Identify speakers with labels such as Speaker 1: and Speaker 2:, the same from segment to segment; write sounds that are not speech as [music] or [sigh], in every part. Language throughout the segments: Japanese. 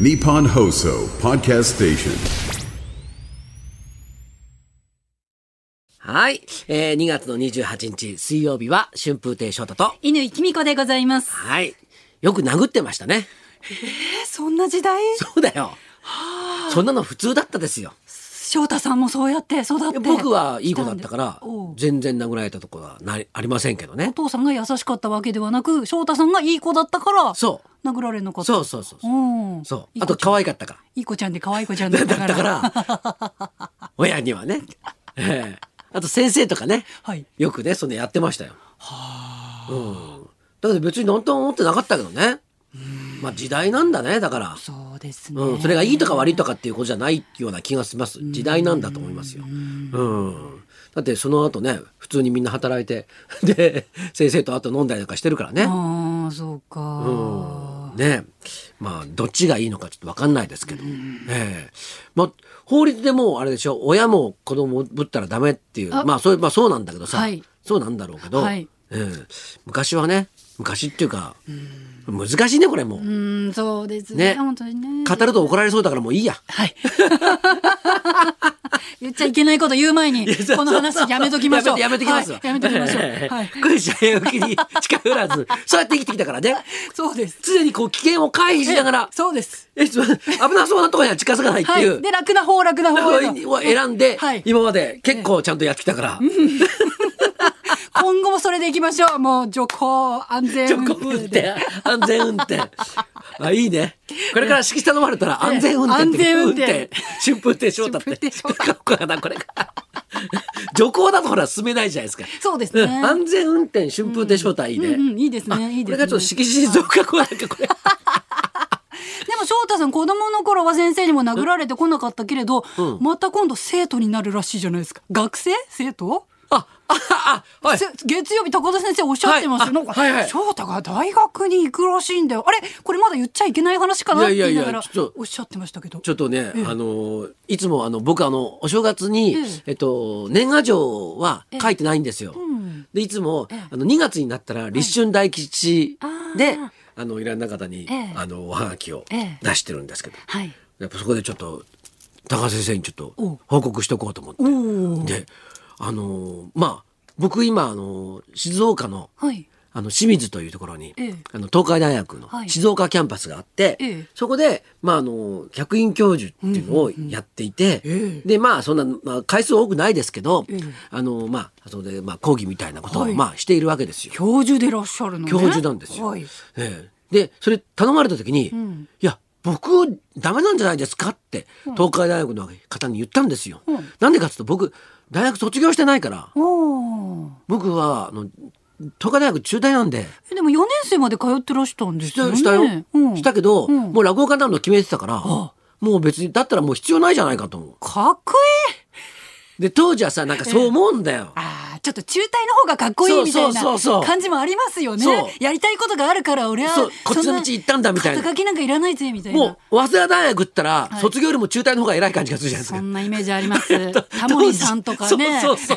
Speaker 1: Nippon Hoso Podcast Station.
Speaker 2: はい。えー、2月の28日、水曜日は、春風亭昇太と。
Speaker 3: 犬きみこでございます。
Speaker 2: はい。よく殴ってましたね。 [laughs]
Speaker 3: え、そんな時代
Speaker 2: そうだよ。そんなの普通だったですよ。
Speaker 3: 翔太さんもそうやって育って。
Speaker 2: 僕はいい子だったから
Speaker 3: おう、
Speaker 2: 全然殴られたとこはなありませんけど
Speaker 3: お
Speaker 2: ね。
Speaker 3: 父さんが優しかったわけではなく、翔太さんがいい子だったから、。
Speaker 2: そう
Speaker 3: 殴られなかった。
Speaker 2: そうそうそうそう。
Speaker 3: うん。
Speaker 2: そう。
Speaker 3: いい
Speaker 2: あ
Speaker 3: 子
Speaker 2: と、可愛かったか
Speaker 3: いい子ちゃんで可愛い子ちゃんだ
Speaker 2: ら。
Speaker 3: っ
Speaker 2: [laughs]
Speaker 3: た
Speaker 2: だ
Speaker 3: か
Speaker 2: っ
Speaker 3: ら。
Speaker 2: たから、 [laughs] 親にはね。ええあと、先生とかね。
Speaker 3: はい
Speaker 2: よくね、そのやってましたよ。うん。だけど別に何とも思ってなかったけどね。まあ、時代なんだね、だから。
Speaker 3: そうですね。
Speaker 2: うん、それがいいとか悪いとかっていうことじゃないような気がします。時代なんだと思いますよ。うん。だってその後ね、普通にみんな働いて、 [laughs] で、先生と後飲んだりなんかしてるからね。
Speaker 3: ああ、そうか。
Speaker 2: うんねまあ、どっちがいいのかちょっとわかんないですけど。ええまあ、法律でもうあれでしょ、親も子供をぶったらダメっていう、
Speaker 3: あ
Speaker 2: まあ、そう、まあそうなんだけどさ、
Speaker 3: はい
Speaker 2: そうなんだろうけど、
Speaker 3: はい
Speaker 2: ええ昔はね、昔っていうか、難しいね、これもう。
Speaker 3: うん、そうですね。
Speaker 2: ね
Speaker 3: 本当にね。
Speaker 2: 語ると怒られそうだからもういいや。
Speaker 3: はい。 [laughs] 言っちゃいけないこと言う前に、 [laughs] この話やめときましょう。
Speaker 2: やめてやめてきます
Speaker 3: は
Speaker 2: わ
Speaker 3: いやめとき
Speaker 2: [laughs]
Speaker 3: ましょ
Speaker 2: ええ
Speaker 3: う。はい。
Speaker 2: これ前向きに近寄らず、そうやって生きてきたからね。
Speaker 3: そうです。
Speaker 2: 常にこう危険を回避しながら、
Speaker 3: そうです。
Speaker 2: えつまり危なそうなところには近づかないって
Speaker 3: はいい。
Speaker 2: う。
Speaker 3: で、楽な方、楽な方
Speaker 2: を選んで
Speaker 3: はい、
Speaker 2: 今まで結構ちゃんとやってきたから。
Speaker 3: 今後もそれでいきましょう。もう、徐行、
Speaker 2: [laughs]
Speaker 3: 安全
Speaker 2: 直
Speaker 3: 運
Speaker 2: 行運
Speaker 3: 転で。
Speaker 2: 転、安全運転。あ、いいね。これから指揮したのまれたら安全運転って。
Speaker 3: 安全運転
Speaker 2: 春風亭昇太っ
Speaker 3: 春
Speaker 2: て。
Speaker 3: 風亭昇太
Speaker 2: かっこよかったこれから。 [laughs] 徐行だとほら進めないじゃないですか。
Speaker 3: そうですね
Speaker 2: ん安全運転、春風亭昇太いいね。
Speaker 3: うんうんいいですね
Speaker 2: あ
Speaker 3: いいですね
Speaker 2: これがちょっと色紙に増加こうなんかこ
Speaker 3: [laughs]
Speaker 2: れ。
Speaker 3: でも、翔太さん、子供の頃は先生にも殴られてこなかったけれど、また今度生徒になるらしいじゃないですか。学生生徒
Speaker 2: あ、あ、あ、はい
Speaker 3: せ。月曜日高田先生おっしゃってましたよ、
Speaker 2: はい
Speaker 3: なんか、
Speaker 2: あはいはい
Speaker 3: 翔太が大学に行くらしいんだよあれこれまだ言っちゃいけない話かなって
Speaker 2: いやい
Speaker 3: 言い
Speaker 2: やいや
Speaker 3: ながら
Speaker 2: ちょっと
Speaker 3: おっしゃってましたけど
Speaker 2: ちょっとね、あの、いつもあの、僕あの、お正月に、
Speaker 3: ええ
Speaker 2: えっと、年賀状は書いてないんですよ。
Speaker 3: ん
Speaker 2: で、いつも
Speaker 3: ええ、
Speaker 2: あの、2月になったら、立春大吉で、
Speaker 3: あー
Speaker 2: あの、いろんな方に、
Speaker 3: ええ
Speaker 2: あの、おはがきを
Speaker 3: ええ
Speaker 2: 出してるんですけど、
Speaker 3: はい
Speaker 2: やっぱそこでちょっと、高橋先生にちょっ
Speaker 3: お
Speaker 2: と報告しとこうと思
Speaker 3: お
Speaker 2: って。で、あの、まあ、僕今、あの、静岡の、
Speaker 3: はい
Speaker 2: あの清水というところに、
Speaker 3: ええ
Speaker 2: あの東海大学の
Speaker 3: はい
Speaker 2: 静岡キャンパスがあって、
Speaker 3: ええ
Speaker 2: そこで、まあ、あの客員教授っていうのをやっていて、
Speaker 3: え
Speaker 2: でまあそんな、まあ、回数多くないですけど、
Speaker 3: ええ
Speaker 2: あのまあそれで、まあ、講義みたいなことを、
Speaker 3: はい
Speaker 2: まあ、しているわけですよ。
Speaker 3: 教授でいらっしゃるのね
Speaker 2: 教授なんですよ。
Speaker 3: はい
Speaker 2: ええでそれ頼まれた時に、
Speaker 3: ん
Speaker 2: いや僕ダメなんじゃないですかって東海大学の方に言ったんですよ。
Speaker 3: うん
Speaker 2: なんでかっていうと僕大学卒業してないから
Speaker 3: おー
Speaker 2: 僕はあの東海大学中退なんで。
Speaker 3: えでも4年生まで通ってらしたんで
Speaker 2: し
Speaker 3: すよ
Speaker 2: た
Speaker 3: ね。
Speaker 2: したよ、
Speaker 3: うん
Speaker 2: したけど、
Speaker 3: うん
Speaker 2: もう落語家になるの決めてたから、もう別にだったらもう必要ないじゃないかと思
Speaker 3: かっこいい。
Speaker 2: うで当時はさなんかそう思うんだよ、
Speaker 3: ああ、ちょっと中退の方がかっこいいみたいな
Speaker 2: そうそうそうそう
Speaker 3: 感じもありますよね
Speaker 2: そう。
Speaker 3: やりたいことがあるから俺は
Speaker 2: そうこっちの道行ったんだみたいな
Speaker 3: 肩書きなんかいらないぜみたいな。
Speaker 2: もう早稲田大学ったら、
Speaker 3: い
Speaker 2: 卒業よりも中退の方が偉い感じがするじゃないです
Speaker 3: そ
Speaker 2: か
Speaker 3: んなイメージあ
Speaker 2: [laughs]
Speaker 3: ります。タモリさんとかね。
Speaker 2: そうそうそう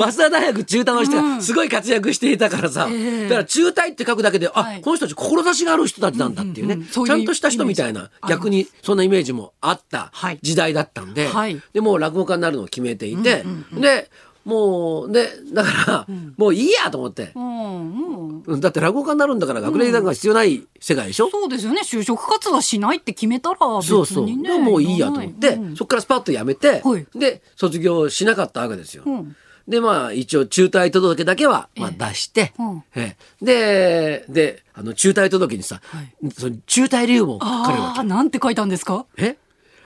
Speaker 2: 早稲田大学中退の人がすごい活躍していたからさ、
Speaker 3: ええ
Speaker 2: だから中退って書くだけで、
Speaker 3: は
Speaker 2: あ
Speaker 3: い
Speaker 2: この人たち志がある人たちなんだっていうね、
Speaker 3: うんうんうんそうい
Speaker 2: ち
Speaker 3: う
Speaker 2: ゃんとした人みたい
Speaker 3: イメ
Speaker 2: な
Speaker 3: ージ
Speaker 2: 逆にそんなイメージもあった
Speaker 3: はい
Speaker 2: 時代だったんで、
Speaker 3: はい
Speaker 2: でもう落語家になるのを決めていて、でもうでだから、もういいやと思って。
Speaker 3: うん、もう。
Speaker 2: うんだって落語家になるんだから学歴なんか必要ない世界でしょ、
Speaker 3: そうですよね。就職活動はしないって決めたら別
Speaker 2: そうそう。で
Speaker 3: にね。
Speaker 2: ももういいやと思って、
Speaker 3: うん
Speaker 2: そこからスパッとやめて、
Speaker 3: はい
Speaker 2: で、卒業しなかったわけですよ。
Speaker 3: うん
Speaker 2: で、まあ、一応、中退届だけは、まあ、
Speaker 3: え
Speaker 2: 出して、
Speaker 3: うん
Speaker 2: ええで、で、あの、中退届にさ、
Speaker 3: はい
Speaker 2: その中退理由も書かれるわ
Speaker 3: ああ、なんて書いたんですか
Speaker 2: け。え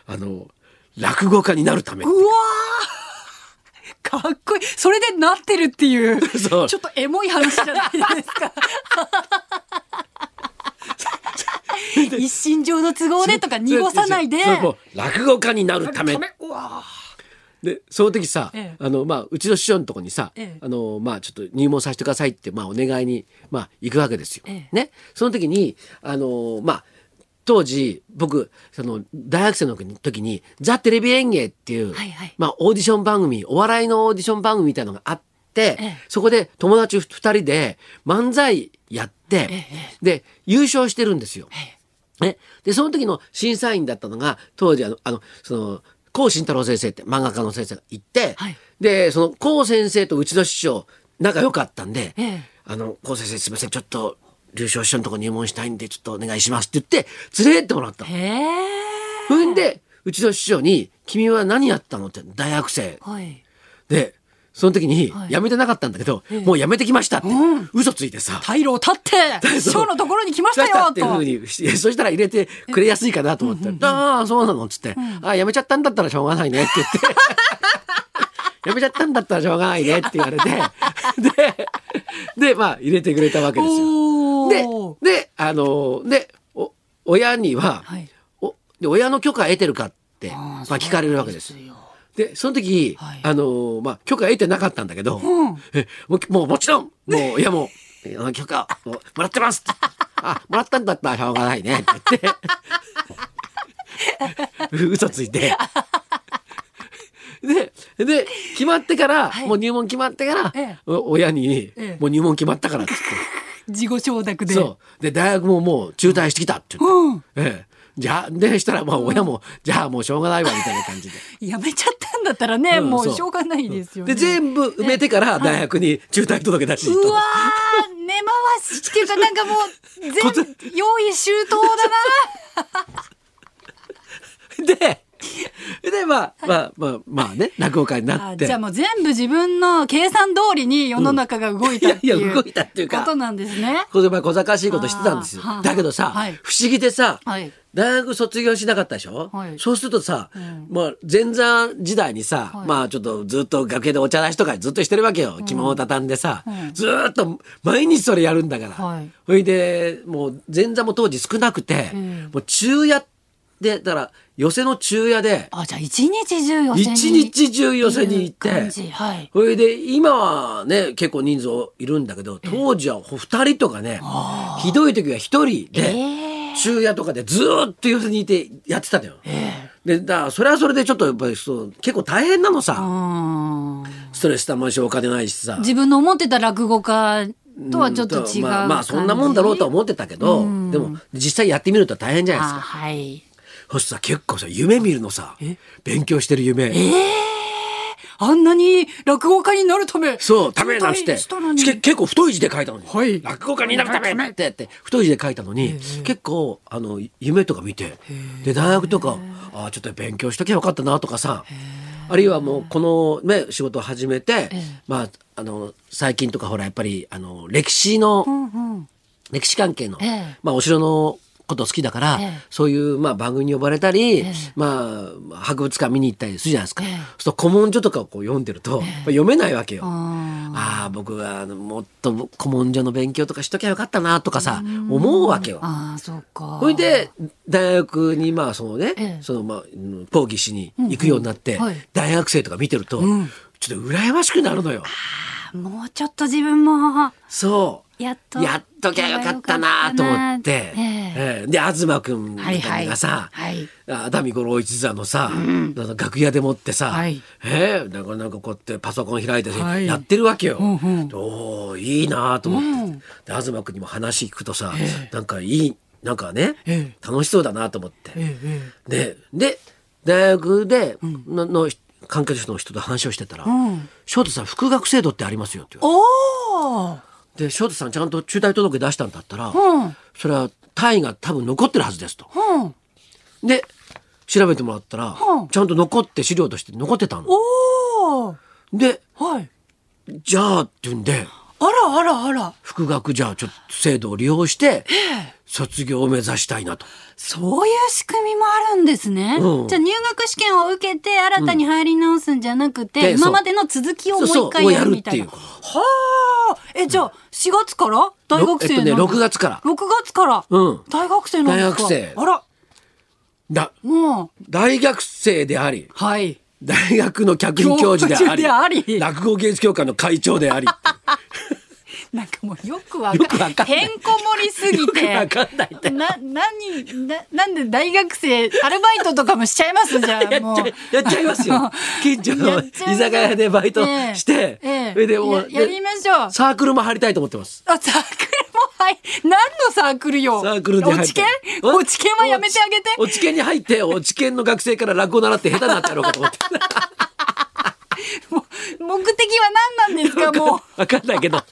Speaker 2: あの、落語家になるため。
Speaker 3: うわーかっこいい。それでなってるっていう。
Speaker 2: [laughs] そう
Speaker 3: ちょっとエモい話じゃないです
Speaker 2: [laughs]
Speaker 3: か。一心上の都合でとか濁さないで。
Speaker 2: それもう落語家になるため。
Speaker 3: うわー
Speaker 2: で、その時さ、
Speaker 3: ええ
Speaker 2: あの、まあ、うちの師匠のとこにさ、
Speaker 3: ええ
Speaker 2: あの、まあ、ちょっと入門させてくださいって、まあ、お願いに、まあ、行くわけですよ。
Speaker 3: ええ
Speaker 2: ね。その時に、あの、まあ、当時、僕、その、大学生の時に、ザ・テレビ演芸っていう、
Speaker 3: はいはい
Speaker 2: まあ、オーディション番組、お笑いのオーディション番組みたいなのがあって、
Speaker 3: ええ
Speaker 2: そこで友達二人で漫才やって、
Speaker 3: ええ
Speaker 2: で、優勝してるんですよ。ね、でその時の審査員だったのが当時あのあのその高慎太郎先生って漫画家の先生がいて、
Speaker 3: はい
Speaker 2: でその高先生とうちの師匠仲良かったんで「
Speaker 3: ええ
Speaker 2: あの高先生すいませんちょっと流暢師匠のとこ入門したいんでちょっとお願いします」って言って連れてってもらったの
Speaker 3: へえ。
Speaker 2: それでうちの師匠に「君は何やったの?」って大学生
Speaker 3: はい。
Speaker 2: でその時に
Speaker 3: はい
Speaker 2: 辞めてなかったんだけど、もう辞めてきましたって、嘘ついてさ。
Speaker 3: 退路を立って、師匠のところに来ましたよ
Speaker 2: っ
Speaker 3: と。
Speaker 2: ていうふうにしそしたら入れてくれやすいかなと思って「ああそうなの」っつって「ああやめちゃったんだったらしょうがないね」って [laughs] 言って「やめちゃったんだったらしょうがないね」って言われてででまあ入れてくれたわけですよ。
Speaker 3: お
Speaker 2: で
Speaker 3: ー
Speaker 2: であのでお親には、
Speaker 3: はい
Speaker 2: おで親の許可得てるかって
Speaker 3: あ
Speaker 2: まあ、
Speaker 3: ー
Speaker 2: 聞かれるわけです
Speaker 3: そう。よ
Speaker 2: でその時、
Speaker 3: はい
Speaker 2: あのーまあ許可得てなかったんだけど、えもうもうもちろんもういやもうえあの許可もうもらってますってあもらったんだったらしょうがないねって [laughs] 言って嘘ついて。でで決まってから、
Speaker 3: はい
Speaker 2: もう入門決まってから、
Speaker 3: ええ
Speaker 2: お親に、
Speaker 3: ええ
Speaker 2: もう入門決まったから」っつって。
Speaker 3: 自己承諾で。
Speaker 2: そう。で、大学ももう中退してきたって言って。
Speaker 3: うん
Speaker 2: ええ。じゃあ、で、したら、まあ、親も、じゃあもうしょうがないわ、みたいな感じで。
Speaker 3: やめちゃったんだったらね、
Speaker 2: ん
Speaker 3: も
Speaker 2: そう
Speaker 3: うしょうがないですよね。
Speaker 2: で、全部埋めてから大学に中退届出しに行った
Speaker 3: う
Speaker 2: の
Speaker 3: わー、根回しっていうか、なんかもう、全部、用意周到だな。
Speaker 2: で、で、まあ、まあ、まあ、まあね、落語家にな
Speaker 3: あ
Speaker 2: って。
Speaker 3: じゃあもう全部自分の計算通りに世の中が動いたっていう、
Speaker 2: うんいやいや動いたっていうか
Speaker 3: ことなんですね。
Speaker 2: これまあ小賢しいことしてたんですよ
Speaker 3: あーはあは。あ
Speaker 2: だけどさ、
Speaker 3: はい
Speaker 2: 不思議でさ、
Speaker 3: はい
Speaker 2: 大学卒業しなかったでしょ、
Speaker 3: はい
Speaker 2: そうするとさ、
Speaker 3: ん
Speaker 2: まあ前座時代にさ、
Speaker 3: はい
Speaker 2: まあちょっとずっと楽屋でお茶出しとかずっとしてるわけよ。着物を畳んでさ、
Speaker 3: うん
Speaker 2: ずーっと毎日それやるんだから。
Speaker 3: はい
Speaker 2: ほいで、もう前座も当時少なくて、
Speaker 3: うん
Speaker 2: もう昼夜で、だから寄席の昼夜で、
Speaker 3: あ、じゃあ一日中寄せに。
Speaker 2: 一日中寄席に行っ
Speaker 3: いる感
Speaker 2: て、
Speaker 3: じはい。
Speaker 2: それで今はね結構人数いるんだけど当時は2人とかねひどい時は1人
Speaker 3: え
Speaker 2: で
Speaker 3: え
Speaker 2: 昼夜とかでずーっと寄せにいてやってたのよ。でだからそれはそれでちょっとやっぱりそう結構大変なの
Speaker 3: う
Speaker 2: さ
Speaker 3: ん
Speaker 2: ストレスたまるしお金ないしさ。
Speaker 3: 自分の思ってた落語家とはちょっと違う感じ。
Speaker 2: まあ、まあそんなもんだろうとは思ってたけどでも実際やってみると大変じゃないです
Speaker 3: あ
Speaker 2: か。
Speaker 3: はい。
Speaker 2: そしたら結構さ夢見るのさ勉強してる夢。
Speaker 3: あんなに落語家になるため。
Speaker 2: そう、ためなんつって。
Speaker 3: したのに
Speaker 2: け結構太い字で書いたのに。
Speaker 3: はい
Speaker 2: 落語家になるためってって、太い字で書いたのに、結構、あの、夢とか見て、で、大学とか、ああ、ちょっと勉強しときゃよかったなとかさ、あるいはもう、このね、仕事を始めて、まあ、あの、最近とかほら、やっぱり、あの、歴史の、歴史関係の、
Speaker 3: ええ
Speaker 2: まあ、お城のこと好きだから、
Speaker 3: ええ
Speaker 2: そういう、まあ、番組に呼ばれたり、まあ、博物館見に行ったりするじゃないですか。そうすると古文書とかをこう読んでると、やっぱ読めないわけよ。ああ僕はあのもっと古文書の勉強とかしときゃよかったなとかさ思うわけよ。
Speaker 3: ああ、そうか。
Speaker 2: それで大学にまあそのね、
Speaker 3: ええ
Speaker 2: そのまあうん講義しに行くようになって、
Speaker 3: うんはい
Speaker 2: 大学生とか見てると、ちょっと羨ましくなるのよ。
Speaker 3: もうちょっと自分も。
Speaker 2: そう
Speaker 3: やっと
Speaker 2: やっときゃよかったなと思って、
Speaker 3: ええ
Speaker 2: ええで東君みたいなのがさ、
Speaker 3: はいはい
Speaker 2: 熱海五郎一座のさ、あの楽屋でもってさ、
Speaker 3: はい
Speaker 2: ええなんかなんかこうやってパソコン開いて、
Speaker 3: はい
Speaker 2: やってるわけよ。
Speaker 3: んうん
Speaker 2: でおおいいなと思って、で東君にも話聞くとさ、なんかいいなんかね、
Speaker 3: え
Speaker 2: 楽しそうだなと思って。
Speaker 3: ええ
Speaker 2: でで大学で、のの関係者の人と話をしてたら「翔太さん副学制度ってありますよ」って言われて
Speaker 3: おお。
Speaker 2: で翔太さんちゃんと中退届出したんだったら、
Speaker 3: うん
Speaker 2: それは単位が多分残ってるはずですと。
Speaker 3: うん。
Speaker 2: で調べてもらったら、
Speaker 3: うん
Speaker 2: ちゃんと残って資料として残ってたの。
Speaker 3: おお。
Speaker 2: で
Speaker 3: はい。
Speaker 2: じゃあって言うんで
Speaker 3: あらあらあら。
Speaker 2: 復学じゃあちょっと制度を利用して卒業を目指したいなと。
Speaker 3: そういう仕組みもあるんですね。
Speaker 2: うん
Speaker 3: じゃあ入学試験を受けて新たに入り直すんじゃなく
Speaker 2: うん
Speaker 3: て、
Speaker 2: でそう
Speaker 3: 今までの続きをもう
Speaker 2: そうそ
Speaker 3: 一
Speaker 2: う
Speaker 3: 回やるみたい
Speaker 2: をや
Speaker 3: な。
Speaker 2: るってい
Speaker 3: はあ。え、じゃあ4月から大学生
Speaker 2: ろえっと
Speaker 3: なん
Speaker 2: ね
Speaker 3: で
Speaker 2: 6月
Speaker 3: すか
Speaker 2: から
Speaker 3: 6月から、
Speaker 2: うん
Speaker 3: 大学生なんですか
Speaker 2: 大学生
Speaker 3: あら、
Speaker 2: だ
Speaker 3: もう。
Speaker 2: 大学生であり
Speaker 3: はい。
Speaker 2: 大学の客員教授であり
Speaker 3: 教授であり
Speaker 2: 落語芸術協会の会長でありっていう
Speaker 3: なんかもうよくわ
Speaker 2: よくわかんない
Speaker 3: てんこ盛りすぎて。
Speaker 2: よくわかんないって
Speaker 3: な、何、な、なんで大学生、アルバイトとかもしちゃいますじゃ
Speaker 2: や
Speaker 3: [laughs] あ、
Speaker 2: っ
Speaker 3: もう。
Speaker 2: ちゃやっちゃいます
Speaker 3: [laughs]
Speaker 2: よ近所
Speaker 3: や
Speaker 2: の
Speaker 3: っ
Speaker 2: 居
Speaker 3: ちゃいます
Speaker 2: 酒屋でバイトして、
Speaker 3: ええええ
Speaker 2: それでもう
Speaker 3: ややりましょう
Speaker 2: サークルも入りたいと思ってます
Speaker 3: あ、サークルもはい。何のサークルよ。
Speaker 2: サークルで入って
Speaker 3: 落研落研はやめてあげて。
Speaker 2: 落研に入って落研の学生から落語習って下手になってやろうかと思って
Speaker 3: もう目的は何なんですか、もう。
Speaker 2: 分かんないけ
Speaker 3: [laughs]
Speaker 2: ど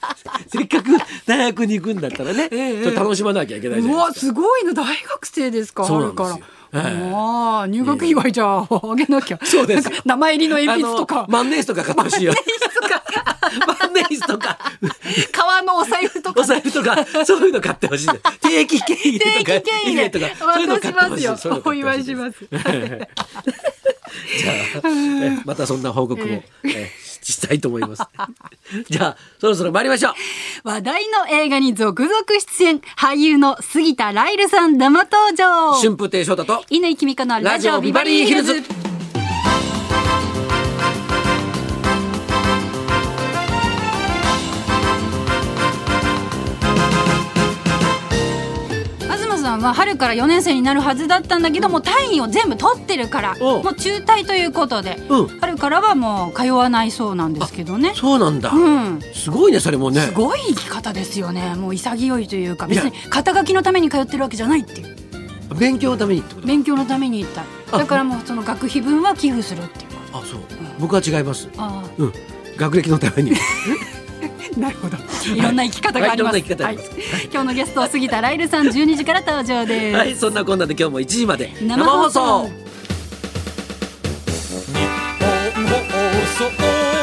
Speaker 2: せっかく大学に行くんだったらね、
Speaker 3: ええ
Speaker 2: ちょっと楽しまなきゃいけないじゃ
Speaker 3: う
Speaker 2: ないで
Speaker 3: わ
Speaker 2: すか
Speaker 3: すごいの大学生ですか
Speaker 2: そうな
Speaker 3: 春
Speaker 2: んです
Speaker 3: か
Speaker 2: よ
Speaker 3: ら。
Speaker 2: ええ
Speaker 3: ああ入学祝いじゃああげなきゃ。
Speaker 2: そうです
Speaker 3: なんか名前入りの鉛筆と
Speaker 2: あの
Speaker 3: か。
Speaker 2: 万年筆とか買ってほしいよ [laughs] 万年筆とか
Speaker 3: 革のお財布と
Speaker 2: お
Speaker 3: か、
Speaker 2: 財布とかそういうの買ってほしいの定期経費
Speaker 3: 定期
Speaker 2: とか
Speaker 3: 経費で
Speaker 2: とかそういうの買っ
Speaker 3: 渡し
Speaker 2: て
Speaker 3: ま
Speaker 2: ほ
Speaker 3: す
Speaker 2: しい
Speaker 3: よ
Speaker 2: そういうの買っ
Speaker 3: お
Speaker 2: てほ
Speaker 3: 祝
Speaker 2: し
Speaker 3: い
Speaker 2: い
Speaker 3: し
Speaker 2: です
Speaker 3: ます。
Speaker 2: じゃあ、えまたそんな報告を、えしたいと思います。 [laughs] じゃあ、そろそろ参りましょう。
Speaker 3: 話題の映画に続々出演俳優の杉田ライルさん生登場。
Speaker 2: 春風亭昇太と、
Speaker 3: 乾きみかのラジオビバリーヒルズ。東さんは春から4年生になるはずだったんだけどもう単位を全部取ってるから
Speaker 2: お
Speaker 3: もう中退ということで、
Speaker 2: うん
Speaker 3: 春からはもう通わないそうなんですけどね。
Speaker 2: そうなんだ。
Speaker 3: うん
Speaker 2: すごいね、それもね。
Speaker 3: すごい生き方ですよねもう潔いというか別に
Speaker 2: い
Speaker 3: 肩書きのために通ってるわけじゃないっていう
Speaker 2: 勉強のためにってこと
Speaker 3: 勉強のために行っただからもうその学費分は寄付するっていう
Speaker 2: あ、そう。僕は違います。
Speaker 3: あ
Speaker 2: うん。学歴のために。
Speaker 3: あなるほどいろんな生き方があります,、
Speaker 2: はいいろんな生き方があります
Speaker 3: 今日のゲストは杉田ライルさん12時から登場です、
Speaker 2: はい、そんなこんなで今日も1時まで
Speaker 3: 生放送
Speaker 2: 生放送
Speaker 4: 放送